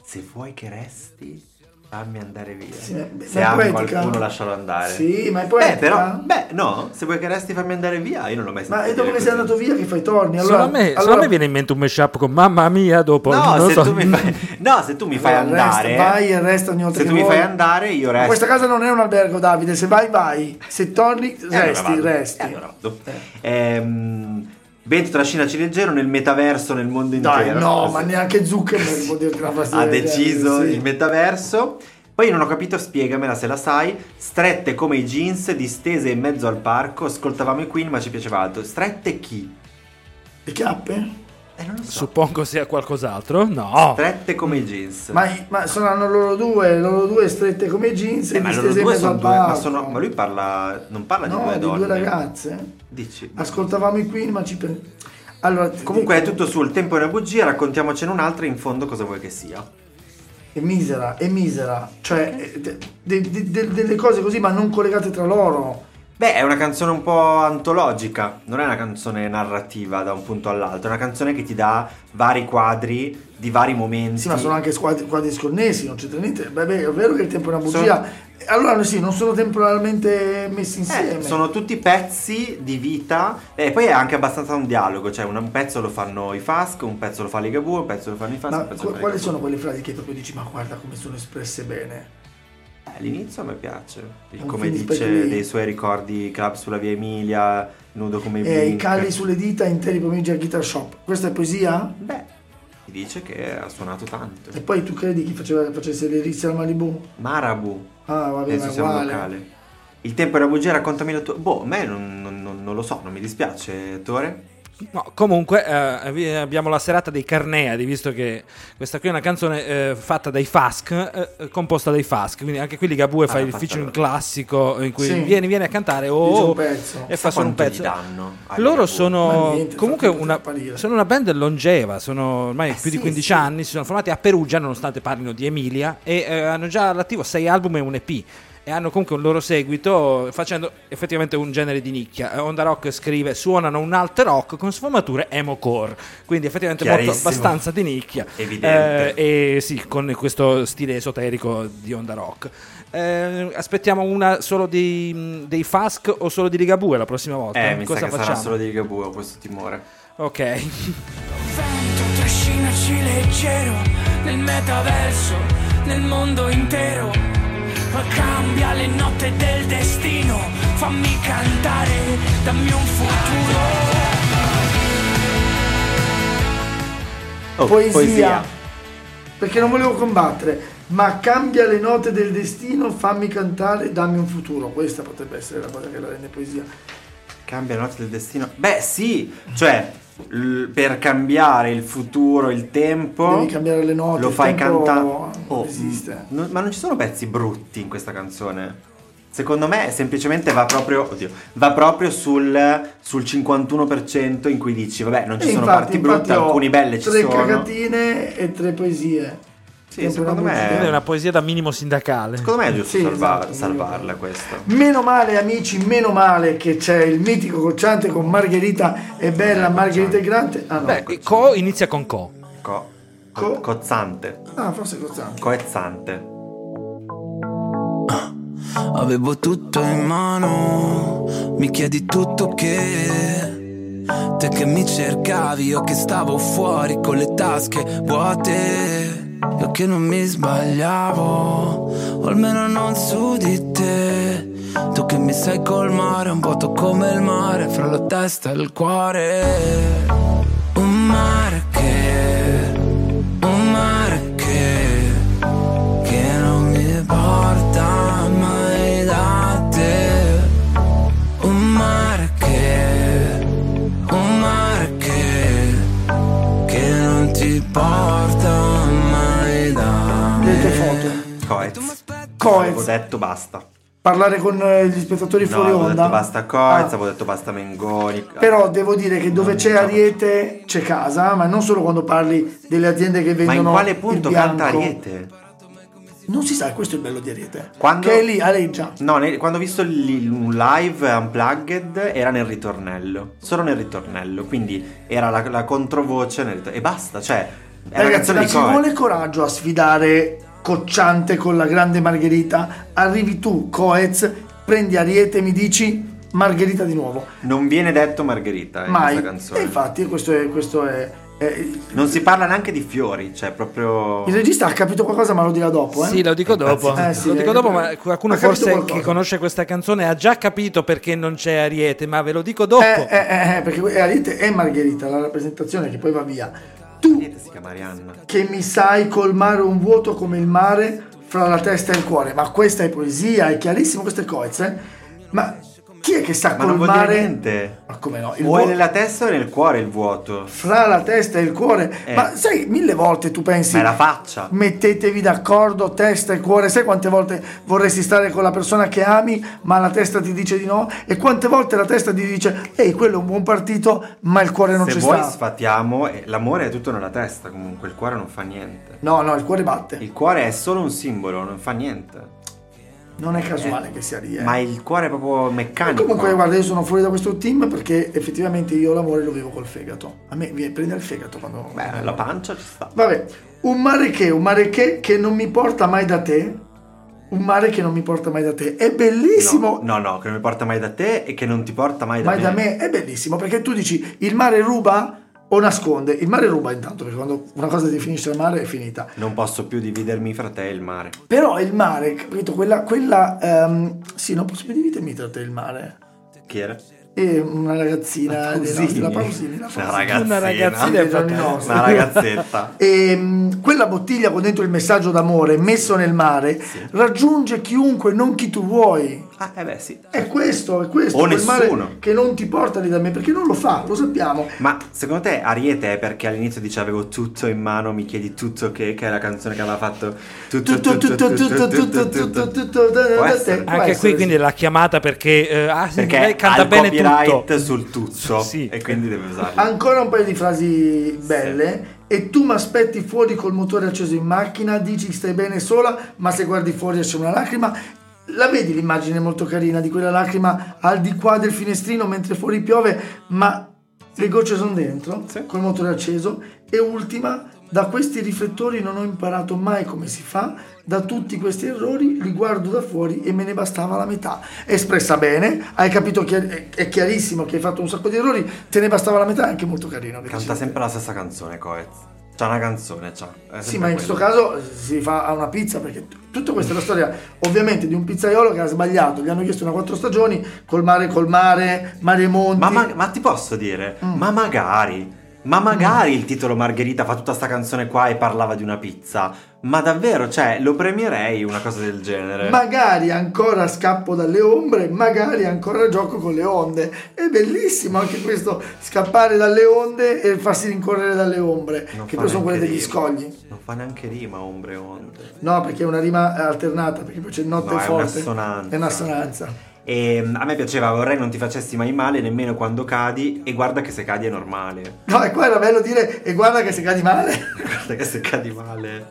S4: Se vuoi che resti fammi andare via.
S5: Sì, ma- ma
S4: se
S5: è
S4: ami
S5: poetica.
S4: qualcuno lascialo andare.
S5: Sì, ma è
S4: Beh,
S5: poetica.
S4: però, beh, no, se vuoi che resti fammi andare via, io non l'ho mai sentito.
S5: Ma è dopo
S4: dire
S5: che sei
S4: così.
S5: andato via che fai torni.
S2: Solo,
S5: Allora,
S2: a me, solo a
S5: allora-
S2: me viene in mente un mashup con Mamma Mia dopo...
S4: No,
S2: non
S4: se
S2: so.
S4: tu mi fai, no, se tu mi fai
S5: Vai, resta,
S4: andare.
S5: vai e resta ogni volta
S4: Se
S5: che
S4: tu mi
S5: vuoi.
S4: fai andare, io
S5: Ma
S4: resto.
S5: Questa casa non è un albergo, Davide. Se vai, vai. Se torni,
S4: E Eh, allora
S5: resti,
S4: vado.
S5: resti. Eh.
S4: E allora vado. Ehm, vento trascinaci leggero nel metaverso, nel mondo
S5: Dai,
S4: intero.
S5: Cioè, no,
S4: Eh,
S5: ma
S4: sì.
S5: neanche Zuckerberg può dirti una frase
S4: ha
S5: del genere,
S4: deciso
S5: Eh, sì.
S4: il metaverso. Poi non ho capito, spiegamela se la sai. Strette come i jeans, distese in mezzo al parco. Ascoltavamo i Queen, ma ci piaceva altro. Strette chi?
S5: Le chiappe?
S4: Eh, non lo so.
S2: Suppongo sia qualcos'altro? No.
S4: Strette come i jeans.
S5: Ma, ma saranno loro due, loro due strette come jeans
S4: Eh,
S5: e
S4: ma loro
S5: distese in
S4: due
S5: mezzo
S4: sono
S5: al
S4: due. Ma,
S5: palco.
S4: sono- ma lui parla. Non parla
S5: no,
S4: di due
S5: di
S4: donne.
S5: due ragazze.
S4: Dici.
S5: Ascoltavamo i Queen, ma ci per... Allora, ti
S4: Comunque è
S5: dico,
S4: tutto sul tempo è una bugia. Raccontiamocene un'altra. In fondo, cosa vuoi che sia?
S5: È misera, è misera. Cioè, eh, de- de- de- de- delle cose così, ma non collegate tra loro.
S4: Beh, è una canzone un po' antologica, non è una canzone narrativa da un punto all'altro, è una canzone che ti dà vari quadri di vari momenti.
S5: Sì, ma sono anche squadri, quadri sconnessi, non c'entra niente. Beh, beh, è vero che il tempo è una bugia. Eh, Allora, sì, non sono temporalmente messi insieme.
S4: Eh, sono tutti pezzi di vita e poi è anche abbastanza un dialogo, cioè un, un pezzo lo fanno i Fask, un pezzo lo fa Ligabue, un pezzo lo fanno i Fask,
S5: ma
S4: un pezzo
S5: qu-
S4: lo fa
S5: quali
S4: Ligabue.
S5: sono quelle frasi che proprio dici, ma guarda come sono espresse bene?
S4: Eh, all'inizio a me piace, il
S5: Un
S4: come
S5: film di
S4: dice
S5: Spike Lee.
S4: dei suoi ricordi, club sulla via Emilia, nudo come i
S5: Eh, I
S4: Blink.
S5: cali sulle dita interi pomeriggi al guitar shop. Questa è poesia?
S4: Beh, ti dice che ha suonato tanto.
S5: E poi tu credi chi faceva, facesse le risse al Malibu?
S4: Marabu.
S5: Ah, vabbè, ma
S4: Penso
S5: è
S4: sia un
S5: uguale.
S4: locale. Il tempo è una bugia, raccontami la tua. Boh, a me non, non- non- non lo so, non mi dispiace, Tore.
S2: No, comunque eh, vi- abbiamo la serata dei Carneadi, visto che questa qui è una canzone eh, fatta dai Fask, eh, eh, composta dai Fask, quindi anche qui Ligabue fa
S4: Ah,
S2: il
S4: fatta
S2: featuring
S4: loro.
S2: classico in cui
S5: Sì.
S2: vieni, vieni a cantare oh,
S5: Dice un
S2: oh,
S5: pezzo.
S2: e fa solo un
S4: quanto gli
S2: pezzo.
S4: danno a
S2: Loro
S4: Ligabue?
S2: sono
S5: Ma niente,
S2: comunque
S5: tanto
S2: una,
S5: per apparire.
S2: sono una band longeva, sono ormai più di
S4: Ah, sì,
S2: 15
S4: sì.
S2: anni, si sono formati a Perugia nonostante parlino di Emilia e eh, hanno già all'attivo 6 album e un EP. E hanno comunque un loro seguito facendo effettivamente un genere di nicchia. Eh, Onda Rock scrive: suonano un alt rock con sfumature emo core. Quindi effettivamente molto
S4: Chiarissimo.
S2: abbastanza di nicchia.
S4: Evidente.
S2: Eh, e sì, con questo stile esoterico di Onda Rock. Eh, aspettiamo una solo di- dei Fask o solo di Ligabue la prossima volta?
S4: Eh, mi
S2: Cosa
S4: sa che
S2: facciamo?
S4: sarà solo di Ligabue, ho questo timore.
S2: Ok.
S8: Vento trascinaci leggero nel metaverso, nel mondo intero. Cambia le note del destino, fammi cantare, dammi un futuro.
S4: Oh,
S5: Poesia. Perché non volevo combattere. Ma cambia le note del destino, fammi cantare, dammi un futuro. Questa potrebbe essere la cosa che la rende poesia.
S4: Cambia la notte del destino. Beh, sì, cioè l- per cambiare il futuro, il tempo.
S5: Devi cambiare le note,
S4: Lo
S5: il
S4: fai
S5: tempo
S4: cantare.
S5: non esiste.
S4: ma non ci sono pezzi brutti in questa canzone. Secondo me semplicemente va proprio, oddio, va proprio sul, sul 51% in cui dici, vabbè, non ci
S5: E
S4: sono
S5: infatti-
S4: parti
S5: infatti
S4: brutte,
S5: ho
S4: alcune belle ci
S5: tre
S4: sono.
S5: cagatine e tre poesie.
S4: Sì,
S5: Sempre
S4: secondo
S5: una
S4: me-
S2: Quindi
S5: musica.
S2: è una poesia da minimo sindacale.
S4: Secondo me è giusto
S5: Sì,
S4: salvar-
S5: esatto.
S4: salvarla questa.
S5: Meno male amici, meno male che c'è il mitico cocciante con Margherita e
S4: Eh,
S5: Bella, Margherita e Grande. Ah no,
S2: Beh, Co inizia con Co.
S4: Co-
S5: Co-
S4: cozzante,
S5: ah, forse cocciante.
S4: coezzante.
S6: Avevo tutto in mano, mi chiedi tutto che te che mi cercavi, io che stavo fuori con le tasche vuote, io che non mi sbagliavo, o almeno non su di te. Tu che mi sai colmare un vuoto come il mare, fra la testa e il cuore. Un mare che, un mare che che non mi porta mai da te. Un mare che, un mare che, che non ti porta mai da me.
S5: Vedete foto.
S4: Coez. Ho
S5: Coez,
S4: detto basta.
S5: parlare con eh, gli spettatori
S4: Eh, No,
S5: fuori
S4: avevo
S5: onda.
S4: detto basta Coez,
S5: Ah,
S4: avevo detto basta Mengoni.
S5: Però devo dire che dove
S4: Non
S5: c'è
S4: diciamo-
S5: Ariete c'è casa, ma non solo quando parli delle aziende che
S4: Ma
S5: vendono.
S4: in quale
S5: il
S4: punto
S5: bianco.
S4: canta Ariete?
S5: Non si sa, questo è il bello di Ariete.
S4: Quando-
S5: Che è lì, aleggia.
S4: No, nel- quando ho visto il- un live unplugged era nel ritornello, solo nel ritornello, quindi era la, la controvoce nel ritornello. E basta, cioè, è una
S5: Ragazzi,
S4: canzone
S5: ma
S4: di
S5: ci
S4: Coez.
S5: vuole coraggio a sfidare Cocciante con la grande Margherita? Arrivi tu, Coez, prendi Ariete e mi dici Margherita di nuovo.
S4: Non viene detto Margherita in
S5: Mai.
S4: questa canzone.
S5: E infatti questo è... Questo è, è-
S4: Non si parla neanche di fiori, cioè proprio...
S5: Il regista ha capito qualcosa ma lo dirà dopo. Eh?
S2: Sì, lo dico dopo.
S5: Eh, sì,
S2: lo dico
S5: eh,
S2: dopo,
S5: eh,
S2: ma qualcuno
S5: ha capito
S2: forse
S5: qualcosa.
S2: che conosce questa canzone ha già capito perché non c'è Ariete, ma ve lo dico dopo.
S5: Eh, eh, eh, eh, perché Ariete è Margherita, la rappresentazione che poi va via. Tu
S4: Ariete si chiama Arianna.
S5: che mi sai colmare un vuoto come il mare fra la testa e il cuore. Ma questa è poesia, è chiarissimo, questo è Coez. eh. Ma chi è che sa
S4: Ma non vuol dire
S5: colmare...
S4: niente.
S5: Ma come no? Il
S4: O è
S5: vuoto-
S4: nella testa o è nel cuore il vuoto?
S5: fra la testa e il cuore.
S4: Eh.
S5: Ma sai, mille volte tu pensi.
S4: Ma è la faccia.
S5: Mettetevi d'accordo, testa e cuore. Sai quante volte vorresti stare con la persona che ami, ma la testa ti dice di no? E quante volte la testa ti dice: Ehi, quello è un buon partito, ma il cuore non
S4: Se
S5: ci
S4: vuoi
S5: sta.
S4: sfatiamo, eh, l'amore è tutto nella testa, comunque il cuore non fa niente.
S5: no, no, il cuore batte.
S4: Il cuore è solo un simbolo, non fa niente.
S5: Non è casuale che sia lì. eh.
S4: Ma il cuore è proprio
S5: E
S4: meccanico.
S5: Comunque, guarda, io sono fuori da questo team perché effettivamente io l'amore lo vivo col fegato. A me viene prendere il fegato quando.
S4: Beh, la pancia ci sta.
S5: Vabbè, un mare che, un mare che, che non mi porta mai da te. Un mare che non mi porta mai da te. È bellissimo.
S4: No, no, no, che non mi porta mai da te e che non ti porta mai da
S5: mai
S4: me.
S5: da me è bellissimo perché tu dici il mare ruba o nasconde. Il mare ruba intanto perché quando una cosa ti finisce il mare è finita.
S4: Non posso più dividermi fra te e il mare.
S5: Però il mare, capito? Quella, quella ehm, sì, non posso più dividermi tra te e il mare.
S4: Chi era?
S5: E una ragazzina
S4: La
S5: dei
S4: Pausini.
S5: nostri- la Pausini, la
S4: Una
S5: Pausini.
S4: ragazzina.
S2: Una ragazzina
S5: Dei giorni nostri.
S4: Una ragazzetta.
S5: E mh, quella bottiglia con dentro il messaggio d'amore messo nel mare raggiunge chiunque, non chi tu vuoi.
S4: Ah, eh beh, sì.
S5: È questo, è questo.
S4: O
S5: quel
S4: nessuno.
S5: male che non ti porta lì da me, perché non lo fa, lo sappiamo.
S4: Ma secondo te Ariete è perché all'inizio dice avevo tutto in mano, mi chiedi tutto che, che è la canzone che aveva fatto tutto
S5: Tutto, tutto, tutto, tutto, tutto, tutto, tutto,
S4: Può essere.
S5: Può
S2: Anche
S5: essere,
S2: qui
S5: sì.
S2: quindi la chiamata perché eh, ah, sì,
S4: Perché
S2: lei
S4: ha
S2: canta
S4: il
S2: bene
S4: copyright
S2: tutto.
S4: sul tutto
S2: Sì.
S4: e quindi deve usarlo.
S5: Ancora un paio di frasi belle. E tu mi aspetti fuori col motore acceso in macchina, dici che stai bene sola, ma se guardi fuori esce una lacrima. La vedi l'immagine molto carina di quella lacrima al di qua del finestrino mentre fuori piove, ma le gocce sono dentro, col motore acceso. E ultima, da questi riflettori non ho imparato mai come si fa, da tutti questi errori li guardo da fuori e me ne bastava la metà. Espressa bene, hai capito, chi- è- è chiarissimo che hai fatto un sacco di errori, te ne bastava la metà, è anche molto carino.
S4: Canta sempre la stessa canzone, Coez. C'ha una canzone, c'ha. È
S5: Sì,
S4: sempre
S5: ma
S4: quella.
S5: in questo caso si fa a una pizza perché t- tutta questa è la storia ovviamente di un pizzaiolo che ha sbagliato, gli hanno chiesto una quattro stagioni, col mare, col mare, Maremonti.
S4: Ma, ma- ma ti posso dire,
S5: Mm.
S4: ma magari, ma magari il titolo Margherita fa tutta sta canzone qua e parlava di una pizza. Ma davvero, cioè, lo premierei una cosa del genere.
S5: Magari ancora scappo dalle ombre, magari ancora gioco con le onde. È bellissimo anche questo, scappare dalle onde e farsi rincorrere dalle ombre,
S4: Non
S5: che
S4: fa
S5: poi sono quelle
S4: neanche
S5: degli
S4: rima.
S5: scogli.
S4: Non fa neanche rima, ombre onde.
S5: No, perché è una rima alternata, perché poi c'è notte
S4: No,
S5: e
S4: è una
S5: forte.
S4: assonanza.
S5: È un'assonanza.
S4: E mm, a me piaceva, vorrei non ti facessi mai male nemmeno quando cadi. E guarda che se cadi è normale.
S5: No, e qua era bello dire, e guarda che se cadi male.
S4: Guarda che se cadi male.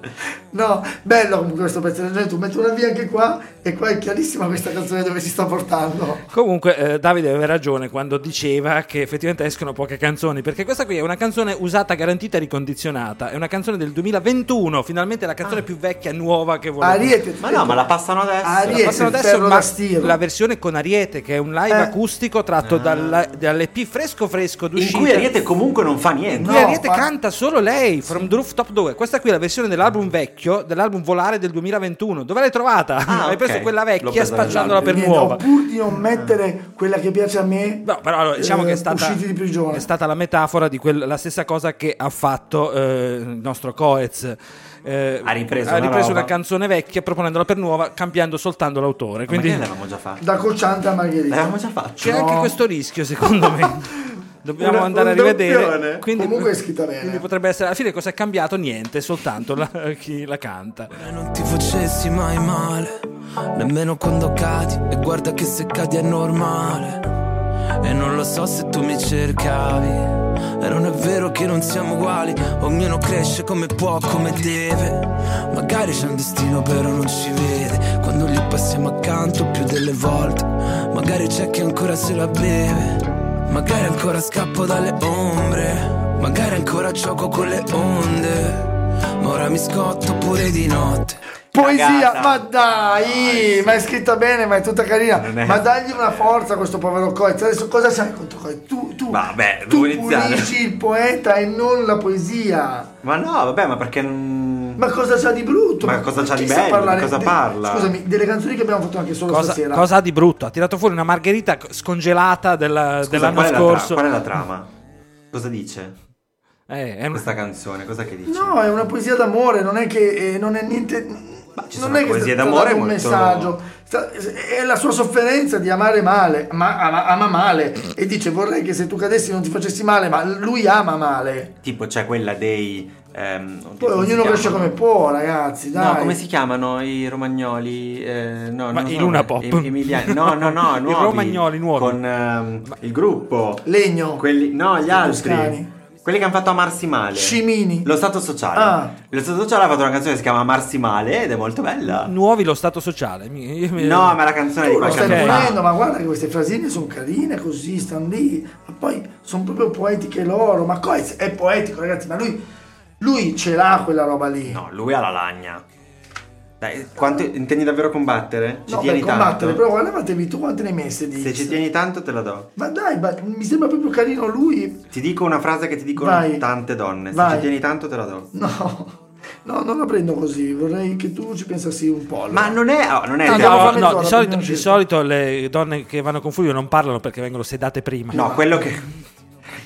S5: No, bello comunque questo pezzo del genere, tu metti una via anche qua e qua è chiarissima questa canzone dove si sta portando.
S2: Comunque eh, Davide aveva ragione quando diceva che effettivamente escono poche canzoni, perché questa qui è una canzone usata, garantita e ricondizionata, è una canzone del 2021, finalmente la canzone più vecchia, nuova che volevo.
S5: Ah. Ariete,
S4: Ma no, ma la passano adesso.
S5: Ari-
S2: La passano
S5: Ah, Ariete,
S2: adesso
S5: Ferro
S2: ma-
S5: da Stiro.
S2: la versione con Ariete, che è un live
S5: Eh.
S2: acustico
S4: Ah.
S2: tratto dalla- dall'EP fresco fresco
S4: In
S2: d'uscita.
S4: cui Ariete comunque non fa niente.
S2: Qui
S5: No,
S2: Ariete
S5: fa-
S2: canta solo lei, From the Rooftop 2. Questa qui è la versione dell'album vecchio, dell'album Volare del 2021. Dove l'hai trovata?
S4: Ah,
S2: Hai preso
S4: ok.
S2: quella
S4: L'ho
S2: vecchia
S4: presa
S2: spacciandola per
S5: Niente,
S2: nuova.
S5: ho pur di non mettere quella che piace a me.
S2: No, però allora, diciamo
S5: eh,
S2: che è stata,
S5: usciti di prigione.
S2: è stata la metafora di quella la stessa cosa che ha fatto eh, il nostro Coez. Eh,
S4: Ha ripreso
S2: ha
S4: una
S2: ripreso
S4: roba.
S2: una canzone vecchia proponendola per nuova, cambiando soltanto l'autore.
S4: Ma
S2: Quindi
S4: che l'avevamo già fatta?
S5: Da cocciante a Margherita.
S4: L'avevamo già fatta.
S2: c'è
S5: Cioè
S2: anche questo rischio, secondo me. Dobbiamo
S4: Una-
S2: andare a
S4: un
S2: rivedere.
S4: doppione.
S2: Quindi,
S5: Comunque è scritta bene.
S2: quindi potrebbe essere alla fine cosa è cambiato? Niente, soltanto la- chi la canta.
S6: Non ti facessi mai male, nemmeno quando cadi. E guarda che se cadi è normale. E non lo so se tu mi cercavi. E non è vero che non siamo uguali, ognuno cresce come può, come deve. Magari c'è un destino, però non ci vede. Quando gli passiamo accanto più delle volte. Magari c'è chi ancora se la beve. Magari ancora scappo dalle ombre. Magari ancora gioco con le onde. Ma ora mi scotto pure di notte.
S5: Poesia,
S4: Cagata.
S5: ma dai, ma è scritta bene, ma è tutta carina.
S4: Non è-
S5: Ma dagli una forza a questo povero Coez. Adesso cosa sai contro Coez? Tu, tu,
S4: Vabbè,
S5: tu
S4: devo iniziare.
S5: pulisci il poeta e non la poesia.
S4: Ma no, vabbè, ma perché non...
S5: Ma cosa c'ha di brutto?
S4: Ma cosa c'ha
S5: chi
S4: di
S5: sa
S4: bello? Di
S5: parlare
S4: cosa
S5: de-
S4: parla?
S5: Scusami, delle canzoni che abbiamo fatto anche solo
S2: Cosa,
S5: stasera.
S2: cosa ha di brutto? Ha tirato fuori una margherita scongelata della-
S4: Scusa,
S2: dell'anno
S4: qual è la tra-
S2: scorso.
S4: qual è la trama? Cosa dice
S2: Eh, è un-
S4: questa canzone? Cosa che dice?
S5: No, è una poesia d'amore, non è che eh, non è niente.
S4: ci
S5: non
S4: sono
S5: è che
S4: poesie
S5: sta- sta
S4: d'amore
S5: dando un
S4: molto-
S5: messaggio. Sta- è la sua sofferenza di amare male, ma ama, ama male. E dice: Vorrei che se tu cadessi non ti facessi male, ma lui ama male.
S4: Tipo, c'è quella dei... ehm, oddio,
S5: Poi
S4: come si
S5: ognuno cresce come
S4: chiamano?
S5: può, ragazzi. Dai.
S4: No, come si chiamano i romagnoli? Eh, no,
S2: Ma
S4: non
S2: i
S4: so,
S2: Luna Pop.
S4: i- Emiliani. No, no, no,
S2: I
S4: nuovi.
S2: romagnoli nuovi.
S4: Con ehm, il gruppo.
S5: Legno.
S4: Quelli, no, gli
S5: I
S4: altri.
S5: toscani.
S4: Quelli che hanno fatto Amarsi Male.
S5: Scimini.
S4: Lo Stato Sociale.
S5: Ah.
S4: Lo Stato Sociale ha fatto una canzone che si chiama Amarsi Male ed è molto bella.
S2: nuovi lo stato sociale. Mi- io mi-
S4: No, ma la canzone di
S5: Tu lo
S4: qualche
S5: stai
S4: anno fa.
S5: ponendo, ma guarda che queste frasine sono carine così, stanno lì, ma poi sono proprio poetiche loro, ma Coez è poetico ragazzi, ma lui, lui ce l'ha quella roba lì.
S4: No, lui ha la lagna. Dai, quanto, intendi davvero combattere? Ci
S5: No, per
S4: tieni
S5: combattere,
S4: tanto?
S5: però guardatevi tu quante ne hai messe di
S4: Se
S5: X?
S4: ci tieni tanto te la do.
S5: Ma dai, ma mi sembra proprio carino lui.
S4: Ti dico una frase che ti dicono
S5: Vai.
S4: tante donne. Se
S5: Vai.
S4: ci tieni tanto te la do.
S5: No, no, non la prendo così, vorrei che tu ci pensassi un po'. allora.
S4: Ma non è... oh, non
S2: No,
S4: è
S5: Eh,
S2: no,
S5: andiamo
S2: no,
S5: a mezz'ora,
S2: di,
S5: prendiamo
S2: solito,
S5: un
S2: di
S5: giro.
S2: solito le donne che vanno con Fulvio non parlano perché vengono sedate prima.
S4: No, quello che.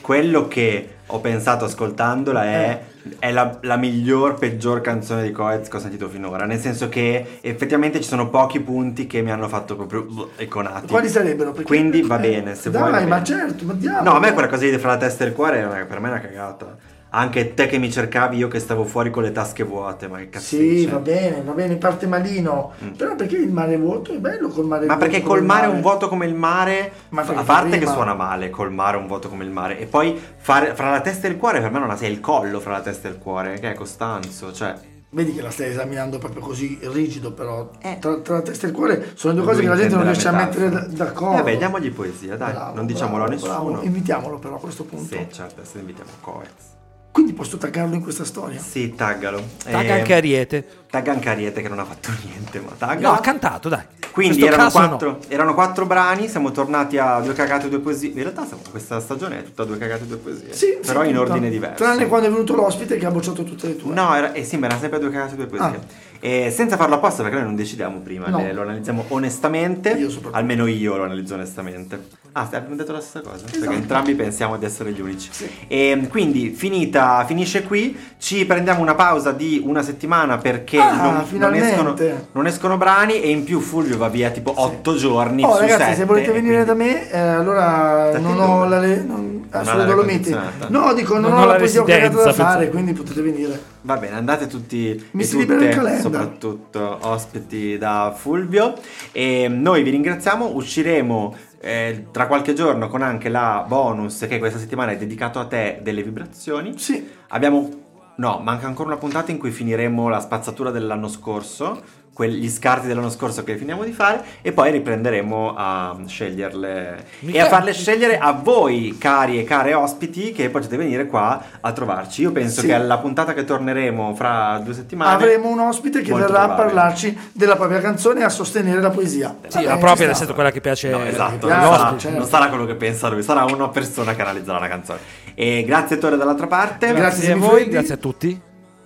S4: quello che ho pensato ascoltandola è,
S5: Eh.
S4: è la, la miglior, peggior canzone di Coez che ho sentito finora. Nel senso che effettivamente ci sono pochi punti che mi hanno fatto proprio bleh, iconati.
S5: Quali sarebbero? Perché-
S4: Quindi va
S5: eh,
S4: bene, se
S5: dai,
S4: vuoi. va
S5: ma
S4: bene.
S5: certo, ma diavolo.
S4: No, a me quella cosa lì fra la testa e il cuore è una- per me è una cagata. Anche te che mi cercavi, io che stavo fuori con le tasche vuote, ma che cazzo
S5: Sì,
S4: dice?
S5: va bene, va bene, parte malino. Però perché il mare vuoto è bello col mare
S4: Mm. Ma
S5: vuoto?
S4: perché
S5: col
S4: colmare un vuoto come il mare,
S5: Ma
S4: a
S5: perché
S4: parte che
S5: prima-
S4: suona male, colmare un vuoto come il mare, e poi fare fra la testa e il cuore, per me non ha sei il collo fra la testa e il cuore, che è Costanzo, cioè...
S5: Vedi che la stai esaminando proprio così rigido, però tra, tra la testa e il cuore sono due cose
S4: Eh. lui
S5: che la gente non
S4: intende
S5: riesce a
S4: la
S5: mettere
S4: metafora.
S5: d- d'accordo.
S4: Eh beh, diamogli poesia, dai,
S5: Bravo,
S4: non diciamolo a
S5: bravo,
S4: nessuno.
S5: bravo. Invitiamolo però a questo punto.
S4: Sì, certo, se invitiamo Coez.
S5: Quindi posso taggarlo in questa storia?
S4: Sì, taggalo.
S2: Tag
S4: Eh,
S2: anche Ariete.
S4: Tagga anche Ariete che non ha fatto niente, ma tagga.
S2: No, ha cantato, dai.
S4: Quindi
S2: In questo
S4: erano
S2: caso no.
S4: quattro, erano quattro brani, siamo tornati a due cagate e due poesie. In realtà siamo- questa stagione è tutta due cagate e due poesie.
S5: Sì,
S4: però
S5: sì,
S4: in
S5: tutta.
S4: ordine diverso.
S5: Tranne quando è venuto l'ospite che ha bocciato tutte le tue.
S4: No, era, eh sì, ma era sempre due cagate e due poesie. E senza farlo apposta perché noi non decidiamo prima,
S5: Ah. No.
S4: le- lo analizziamo onestamente.
S5: Io soprattutto.
S4: Almeno io lo analizzo onestamente. Ah, abbiamo detto la stessa cosa?
S5: Esatto.
S4: Perché entrambi pensiamo di essere gli unici. E quindi finita, finisce qui. Ci prendiamo una pausa di una settimana perché
S5: Ah,
S4: non- non,
S5: finalmente.
S4: escono, non escono brani e in più Fulvio va via tipo 8 giorni.
S5: Oh
S4: su
S5: ragazzi, se
S4: sette,
S5: volete
S4: e
S5: venire
S4: quindi-
S5: da me, eh, allora
S4: Stai
S5: non
S4: dove?
S5: ho la le- non, ah,
S4: Non
S5: sulle
S4: ha l'aria
S5: Dolomiti.
S4: condizionata.
S5: No, dico, non,
S2: Non
S5: ho
S2: ho
S5: la
S2: la
S5: poesia obbligata da
S2: residenza,
S5: fare,
S2: pensavo.
S5: quindi potete venire.
S4: Va bene, andate tutti
S5: Mi
S4: e
S5: si libera il
S4: tutte,
S5: calenda.
S4: soprattutto ospiti da Fulvio. E noi vi ringraziamo, usciremo eh, tra qualche giorno con anche la bonus che questa settimana è dedicato a te delle vibrazioni.
S5: Sì.
S4: Abbiamo no, manca ancora una puntata in cui finiremo la spazzatura dell'anno scorso, quegli scarti dell'anno scorso che finiamo di fare e poi riprenderemo a sceglierle e a farle scegliere a voi, cari e care ospiti che potete venire qua a trovarci. Io penso
S5: Sì.
S4: che alla puntata che torneremo fra due settimane
S5: Avremo un ospite che
S4: Molto
S5: verrà a
S4: probabile.
S5: parlarci della propria canzone e a sostenere la poesia.
S2: Sì,
S5: Vabbè,
S2: la
S5: eh, ci
S2: propria,
S5: sta.
S2: nel senso quella che piace
S4: No, esatto, non
S5: piace,
S4: sarà,
S5: certo.
S4: non sarà quello che pensa lui, sarà una persona che analizzerà la canzone. E grazie Tore dall'altra parte.
S5: Grazie
S2: Grazie a voi,
S5: Semifreddi.
S2: grazie a tutti.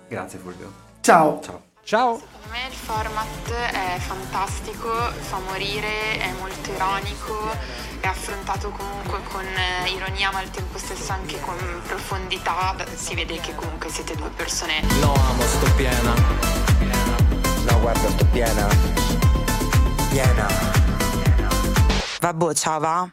S4: Grazie Fulvio.
S5: Ciao.
S4: Ciao.
S2: Ciao.
S9: Secondo me il format è fantastico, fa morire, è molto ironico, è affrontato comunque con eh, ironia ma al tempo stesso anche con profondità, Beh, si vede che comunque siete due persone
S6: Lo amo, sto piena.
S10: No, guarda, sto piena. Piena.
S11: Vabbè, ciao va.